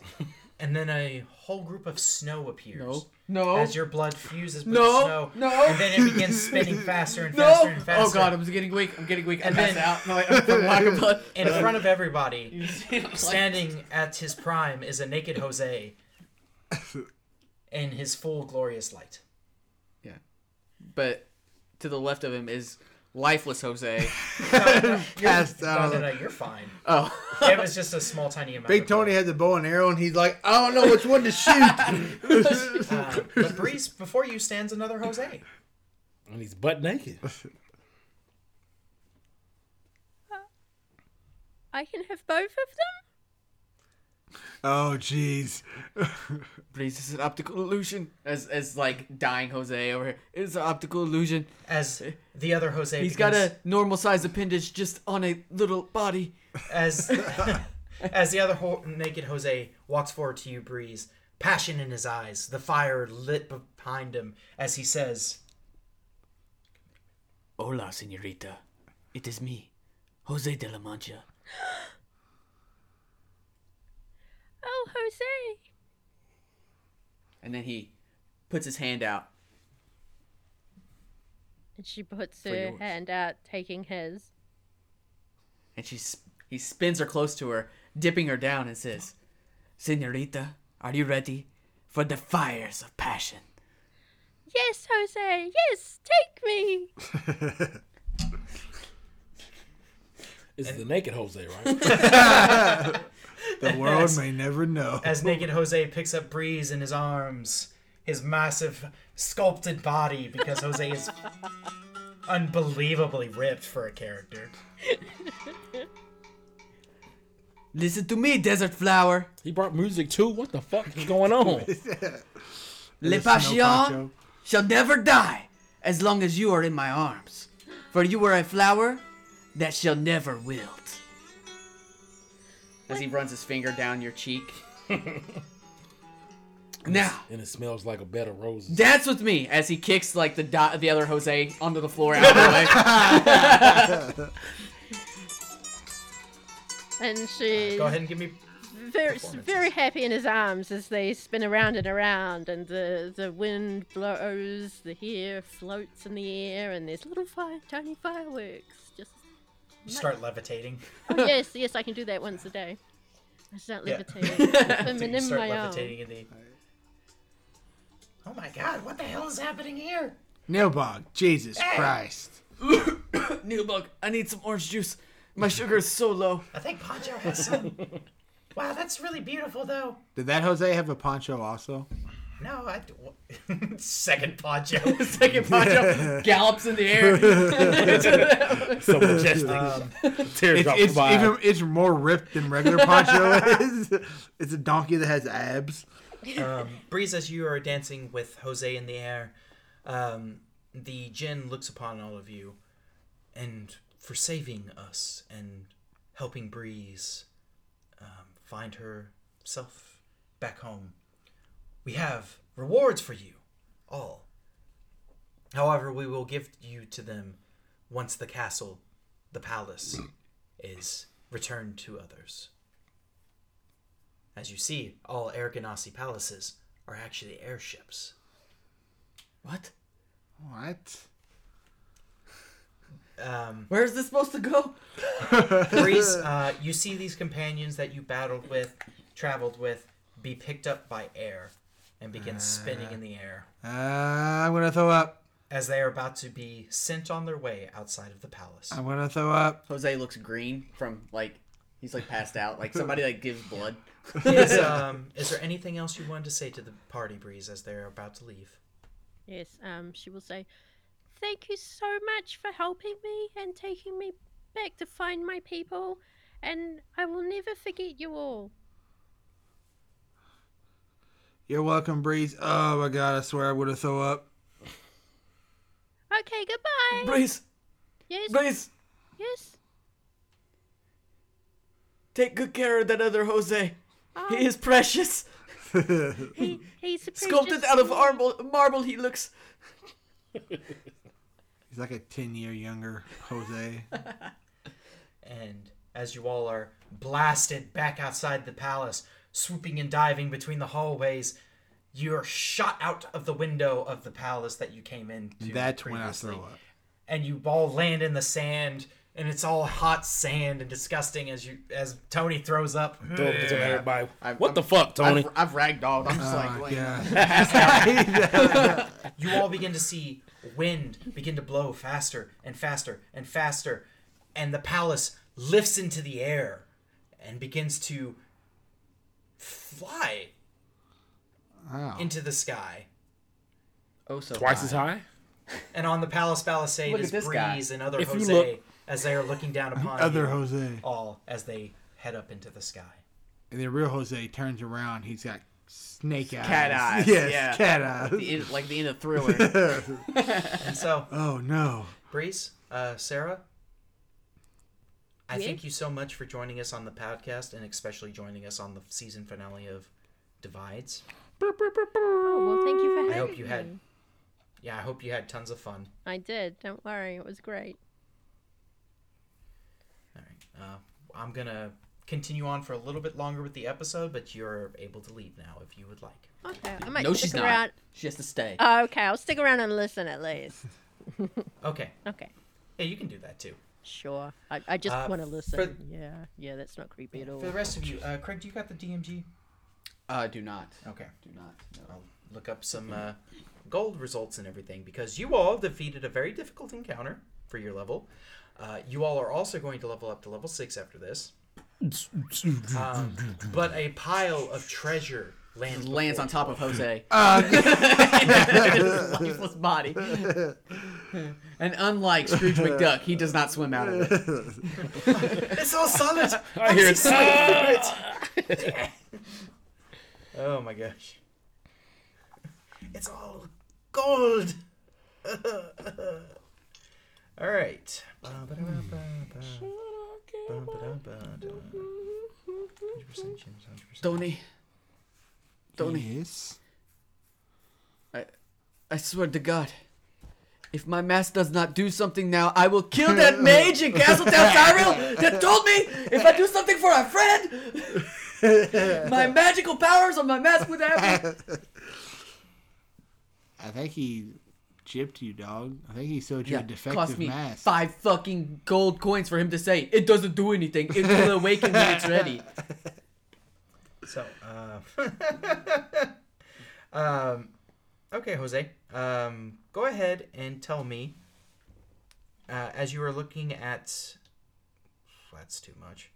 S2: and then a whole group of snow appears.
S7: No. No.
S2: As your blood fuses with
S7: Oh. No,
S2: the snow,
S7: no.
S2: and then it begins
S7: (laughs)
S2: spinning faster and faster
S7: No!
S2: and faster.
S7: Oh god, I'm getting weak. I'm getting weak. I
S2: And
S7: pass
S2: then-
S7: out. No, I'm from lack
S5: (laughs)
S7: of blood.
S2: in front of everybody, (laughs)
S7: (laughs) Stand-
S2: Standing at his prime is a naked
S7: (laughs)
S2: Jose in his full glorious light.
S7: but to the left of him is lifeless Jose.
S5: Passed
S2: No,
S5: out.
S2: no, no, you're fine.
S7: Uh, (laughs) Oh,
S2: It was just a small, tiny amount.
S5: Big
S2: of
S5: Tony
S2: blood.
S5: had the bow and arrow, and he's like, I don't know which one to shoot.
S2: Um, but Breeze, before you stands another Jose.
S4: And he's butt naked.
S6: I can have both of them.
S5: (laughs) oh, jeez.
S7: Breeze is an optical illusion. As as like dying Jose over here. It's an optical illusion.
S2: As the other Jose,
S7: He's got
S2: begins,
S7: a normal size appendage just on a little body.
S2: as (laughs) as the other ho- naked Jose walks forward to you, Breeze, passion in his eyes, the fire lit behind him as he says,
S7: Hola, senorita. It is me, Jose de la Mancha.
S6: Oh, Jose!
S7: And then he puts his hand out.
S6: And she puts
S7: For
S6: her
S7: yours.
S6: hand out, taking his.
S7: and she sp- he spins her close to her, dipping her down, and says, "Senorita, are you ready for the fires of passion?"
S6: Yes, Jose! Yes, take me!
S4: It's the naked Jose, (laughs) right?
S5: (laughs) The world may never know.
S2: As naked Jose picks up Breeze in his arms, his massive sculpted body, because Jose is unbelievably ripped for a character.
S7: Listen to me, desert flower.
S4: he brought music too. What the fuck is going (laughs) on?
S7: Le
S5: Snow
S7: passion
S5: Pancho.
S7: shall never die as long as you are in my arms, for you are a flower that shall never wilt. As he runs his finger down your cheek, Now,
S4: and it smells like a bed of roses.
S7: dance with me as he kicks like the do- the other Jose onto the floor out of the way.
S6: And she's
S2: Go ahead and give me.
S6: very, very happy in his arms as they spin around and around, and the, the wind blows, the hair floats in the air, and there's little fire, tiny fireworks. Just
S2: Start levitating.
S6: oh, yes, yes, I can do that once a day. I start
S2: Yeah. (laughs)
S6: levitating,
S2: So
S6: swimming
S2: you
S6: in
S2: start
S6: my um, arms.
S2: levitating in the. Oh my god, what the hell is happening here?
S5: Nailbog, Jesus Christ.
S7: Needlebug, I need some orange juice. My sugar is so low.
S2: I think Poncho has some. wow, that's really beautiful though.
S5: Did that Jose have a poncho also?
S2: No, I. (laughs) Second Poncho.
S7: Second Poncho gallops in the air.
S4: (laughs) So majestic. (laughs)
S5: It's,
S4: Teardrop
S5: it's,
S4: vibe.
S5: even, it's more ripped than regular (laughs) poncho is. It's a donkey that has abs.
S2: Breeze, as you are dancing with Jose in the air, um, the djinn looks upon all of you and for saving us and helping Breeze um, find herself back home. We have rewards for you all. However, we will give you to them once the castle, the palace, is returned to others. As you see, all Aragonasi palaces are actually airships.
S7: what?
S5: What?
S2: Um,
S7: Where is this supposed to go?
S5: (laughs)
S2: Breeze, uh, you see these companions that you battled with, traveled with, be picked up by air and begin spinning in the air
S5: Uh, I'm gonna throw up.
S2: as they are about to be sent on their way outside of the palace.
S5: I'm gonna throw up.
S7: Jose looks green from like he's like passed out. Like somebody like (laughs) gives blood.
S2: (laughs)
S5: (laughs)
S2: Is, um, is there anything else you wanted to say to the party, Breeze, as they're about to leave?
S6: Yes, um, she will say, Thank you so much for helping me and taking me back to find my people, and I will never forget you all.
S5: You're welcome, Breeze. Oh my god, I swear I would have throw up. (laughs)
S6: Okay, goodbye.
S7: Breeze,
S6: yes,
S7: Breeze,
S6: yes.
S7: take good care of that other Jose.
S6: Oh,
S7: He is precious.
S6: he,
S2: (laughs)
S6: he's a
S7: Sculpted
S6: precious
S7: out of
S6: soul.
S7: marble, marble he looks.
S5: He's like a ten year younger (laughs) Jose.
S2: And as you all are blasted back outside the palace, swooping and diving between the hallways, you're shot out of the window of the palace that you came in.
S5: That's when I throw up.
S2: and you all land in the sand and it's all hot sand and disgusting as you as Tony throws up.
S4: Throw it to everybody.
S7: I'm-
S4: what the fuck, Tony?
S7: I've, I've ragdolled. I'm just like,
S5: Oh,
S7: like
S5: (laughs) God.
S2: You all begin to see wind begin to blow faster and faster and faster and the palace lifts into the air and begins to fly
S5: Wow.
S2: into the sky.
S7: oh so
S4: Twice as high. (laughs)
S2: And on the palace palisade
S7: Look
S2: is
S7: at this guy.
S2: Breeze and other
S4: If you
S2: Jose
S4: look-
S2: as they are looking down upon
S5: (laughs) Other
S2: you
S5: Jose.
S2: all as they head up into the sky.
S5: And then real Jose turns around. He's got snake eyes.
S7: Cat eyes,
S5: (laughs) Yes,
S7: yeah.
S5: cat
S7: The
S5: (laughs) eyes.
S7: end, like the end of
S5: (laughs)
S7: Thriller.
S2: And so
S5: Oh no.
S2: Breeze, uh, Sarah, I
S6: Yeah?
S2: thank you so much for joining us on the podcast and especially joining us on the season finale of Divides.
S6: Oh, well, thank you for having
S2: I hope you
S6: me.
S2: had, yeah, I hope you had tons of fun.
S6: I did. Don't worry, it was great.
S2: All right, uh, I'm gonna continue on for a little bit longer with the episode, but you're able to leave now if you would like.
S6: Okay, I might
S7: no,
S6: stick
S7: she's not.
S6: around.
S7: She has to stay.
S6: Oh, okay, I'll stick around and listen at least.
S2: Okay,
S6: Okay,
S2: yeah, you can do that too. Sure.
S6: I, I just
S2: Uh,
S6: want to
S2: for-
S6: listen. Yeah, yeah, that's not creepy at all.
S2: For the rest of you, uh, Craig, do you got the DMG?
S7: Uh, do not.
S2: Okay.
S7: Do not. No.
S2: I'll look up some uh, gold results and everything because you all defeated a very difficult encounter for your level. Uh, you all are also going to level up to level six after this.
S7: (laughs)
S2: Um, but a pile of treasure lands,
S7: Lands
S2: before
S7: on
S2: you
S7: top
S2: all.
S7: of Jose. (laughs) His lifeless body. And unlike Scrooge McDuck, he does not swim out of it.
S2: It's all
S7: (laughs)
S2: solid.
S4: I hear it.
S2: oh my gosh! (laughs) It's all gold. (laughs) all right.
S7: Tony. Tony.
S5: e- Yes.
S7: I swear to God, if my mask does not do something now, I will kill (laughs) that mage in Castletown Tyrell that told me if I do something for a (laughs) friend, my magical powers on my mask would (laughs) happen.
S5: I think he gypped you, dog. I think he sold you a defective
S7: cost me
S5: mask.
S7: five fucking gold coins for him to say it doesn't do anything. It will awaken when it's ready.
S2: So, uh, (laughs) um, okay, Jose, um, go ahead and tell me uh, as you are looking at. That's too much.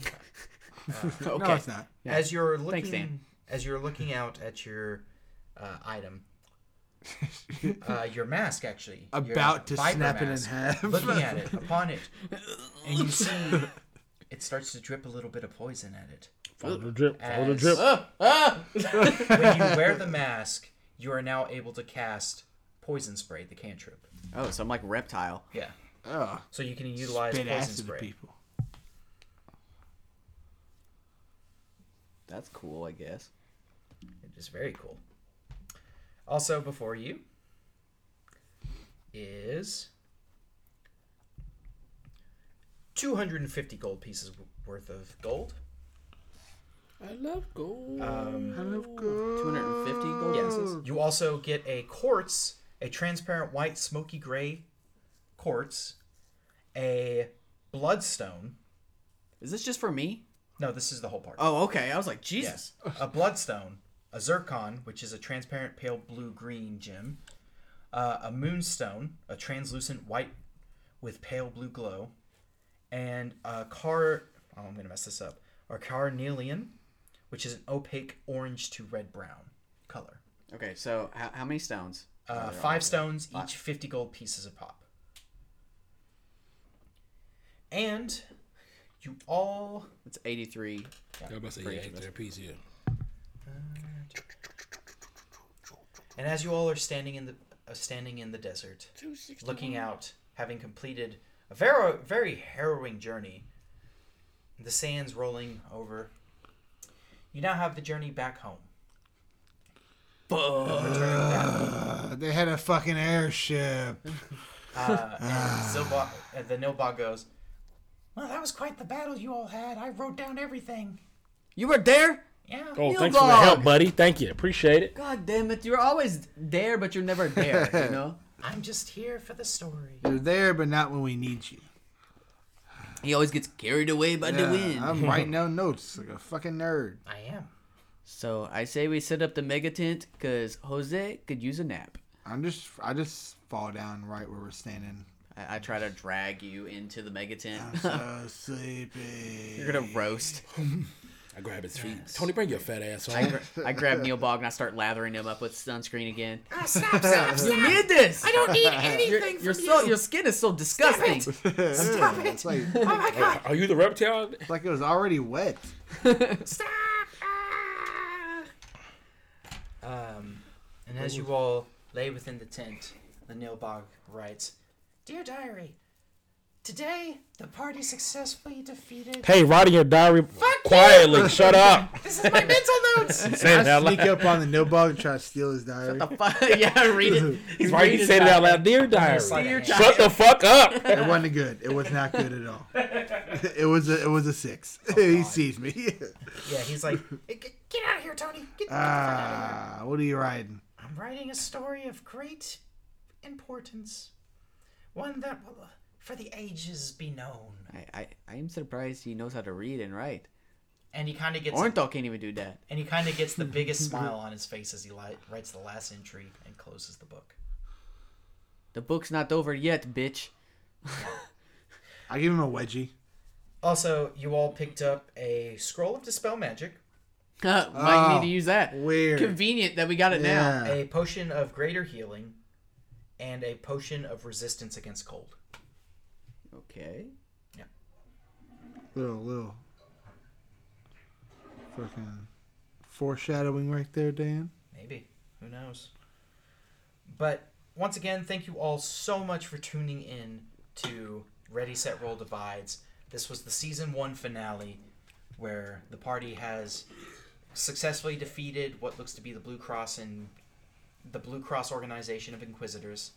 S7: Okay.
S5: No, it's not.
S7: Yeah.
S2: As you're looking,
S7: Thanks, Dan.
S2: as you're looking out at your uh,
S7: (laughs)
S2: item, uh, your mask actually your
S5: About to
S2: viper
S5: snap it in
S2: mask,
S5: half.
S2: Looking at it, upon it, and
S5: (laughs)
S2: you see it starts to drip a little bit of poison at it.
S4: (laughs) Follow the (laughs) drip. Follow the
S2: As- Ah,
S4: drip.
S2: when you wear the mask, you are now able to cast poison spray, the cantrip.
S7: Oh, so I'm like reptile.
S2: Yeah.
S5: Ugh.
S2: So you can utilize
S5: Spit
S2: poison
S5: acid to
S2: spray.
S5: people.
S7: That's cool, I guess.
S2: It is very cool. Also before you is 250 gold pieces worth of gold.
S4: I love gold.
S5: I love good.
S7: 250 gold
S2: Yes.
S7: pieces.
S2: You also get a quartz, a transparent white smoky gray quartz, a bloodstone.
S7: Is this just for me?
S2: No, this is the whole part.
S7: Oh, okay. I was like, Jesus.
S2: Yes. A bloodstone, a zircon, which is a transparent pale blue green gem, uh, a moonstone, a translucent white with pale blue glow, and a car. Oh, I'm going to mess this up. A carnelian, which is an opaque orange to red brown color.
S7: Okay, so how, how many stones?
S2: Uh, five stones, each 50 gold pieces a pop. And you all.
S7: It's 83.
S4: I'm about to say yeah, ain't there a piece here.
S2: And as you all are standing in the uh, standing in the desert, looking out, having completed a very very harrowing journey, the sands rolling over, you now have the journey back home.
S5: Uh, they had a fucking airship.
S2: Uh, and Zilba, uh, the Nilba goes, "Well, that was quite the battle you all had. I wrote down everything.
S7: You were there?
S2: Yeah,
S4: Oh,
S7: Yo,
S4: thanks for the
S7: dog.
S4: help, buddy. Thank you. Appreciate it.
S7: God damn it. You're always there, but you're never there, you know?
S2: I'm just here for the story."
S5: You're there, but not when we need you.
S7: He always gets carried away by the
S5: Yeah,
S7: wind. (laughs)
S5: I'm writing down notes like a fucking nerd.
S2: I am.
S7: So I say we set up the mega tent because Jose could use a nap.
S5: I'm just, I just fall down right where
S7: (laughs)
S5: we're standing.
S7: I, I try to drag you into the mega tent.
S5: So sleepy.
S7: (laughs) you're going to roast.
S4: I grab his feet. Tony, bring your fat ass
S7: I,
S4: home.
S7: gra- I grab Neil Bog and I start lathering him up with sunscreen again.
S2: (laughs)
S7: You need this. I (laughs) don't need anything your, from so, Your skin is so disgusting.
S5: (laughs) Stop it!
S7: (laughs)
S5: It's like,
S2: Oh
S5: it's
S4: Are you the reptile?
S5: like it was already wet.
S2: Ah! Um, and as you all lay within the tent, the Nilbog writes, Dear Diary, today the party successfully
S4: (laughs)
S2: defeated.
S4: Hey, writing your diary quietly. Shut (laughs) up.
S2: This is my mental notes!
S4: Say it
S5: I
S4: out
S5: sneak
S4: loud.
S5: up on the no bug and try to steal his diary.
S7: (laughs) yeah, read it.
S4: He's right. He said it out loud. Dear
S2: Slide
S4: diary.
S2: of hand.
S4: Shut the fuck (laughs) up.
S5: It wasn't good. It was not good
S2: (laughs)
S5: at all. It was a, it was a six.
S7: Oh,
S5: (laughs) he sees me.
S2: Yeah, he's like, "Hey, Get get out of here, Tony! Get, get the fuck out of here.
S5: Ah, what are you riding?
S2: I'm writing a story of great importance. One that will, uh, for the ages, be known.
S7: I, I, I am surprised he knows how to read and write.
S2: And he kind of gets
S7: Orenthal can't even do that.
S2: and he kind of gets the biggest smile on his face as he li- writes the last entry and closes the book.
S7: The book's not over yet, bitch.
S5: I give him a wedgie.
S2: Also, you all picked up a scroll of dispel magic,
S7: Might need to use that.
S5: Oh, weird.
S7: Convenient that we got it now.
S5: Yeah.
S2: a potion of greater healing, and a potion of resistance against cold.
S7: Okay.
S5: Little little fucking foreshadowing right there, Dan.
S2: Maybe. Who knows? But once again, thank you all so much for tuning in to Ready Set Roll Divides. This was the season one finale where the party has successfully defeated what looks to be the Blue Cross and the Blue Cross Organization of Inquisitors,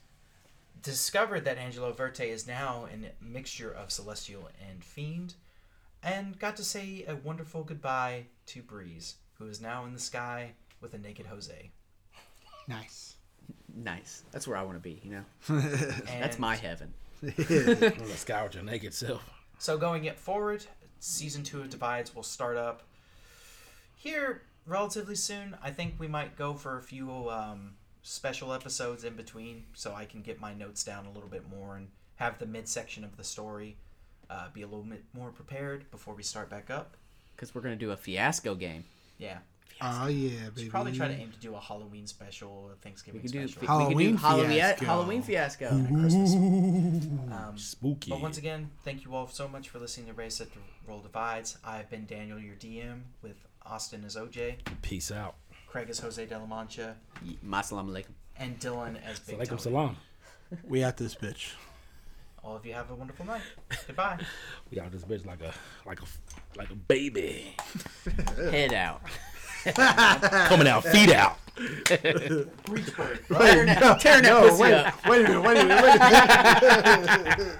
S2: discovered that Angelo Verte is now a mixture of celestial and fiend, and got to say a wonderful goodbye to Breeze, who is now in the sky with a naked Jose.
S5: Nice.
S7: Nice. That's where I want to be. You know, that's
S2: And
S7: my heaven.
S4: I'm gonna scourge your naked self.
S2: So going it forward, season two of Divides will start up here relatively soon. I think we might go for a few um, special episodes in between, so I can get my notes down a little bit more and have the midsection of the story uh, be a little bit more prepared before we start back up.
S7: Because we're gonna do a fiasco game.
S2: Yeah,
S5: Oh yeah, baby.
S2: should probably try to aim to do a Halloween special, or a
S7: We
S2: Thanksgiving
S7: can do.
S2: special,
S7: we can
S5: Halloween
S7: do Halloween Halloween fiasco.
S5: fiasco. Mm-hmm.
S2: and a Christmas. Um,
S4: Spooky.
S2: But once again, thank you all so much for listening to Race Set to Roll Divides. I've been Daniel, your DM, with Austin as OJ,
S4: Peace out.
S2: Craig as Jose de la Mancha,
S7: Ye- Masalam alaikum.
S2: and Dylan as Big
S4: Alaikum
S2: Tony.
S4: salam.
S5: We out this bitch.
S2: All of you have a wonderful night. Goodbye.
S4: We out this bitch like a like a like a baby.
S7: Head out.
S4: Coming out, feet out.
S5: Wait, no,
S7: Tearing that
S5: no,
S7: pussy
S5: (laughs) wait,
S7: up. (laughs)
S5: wait a minute, wait a minute, wait a minute.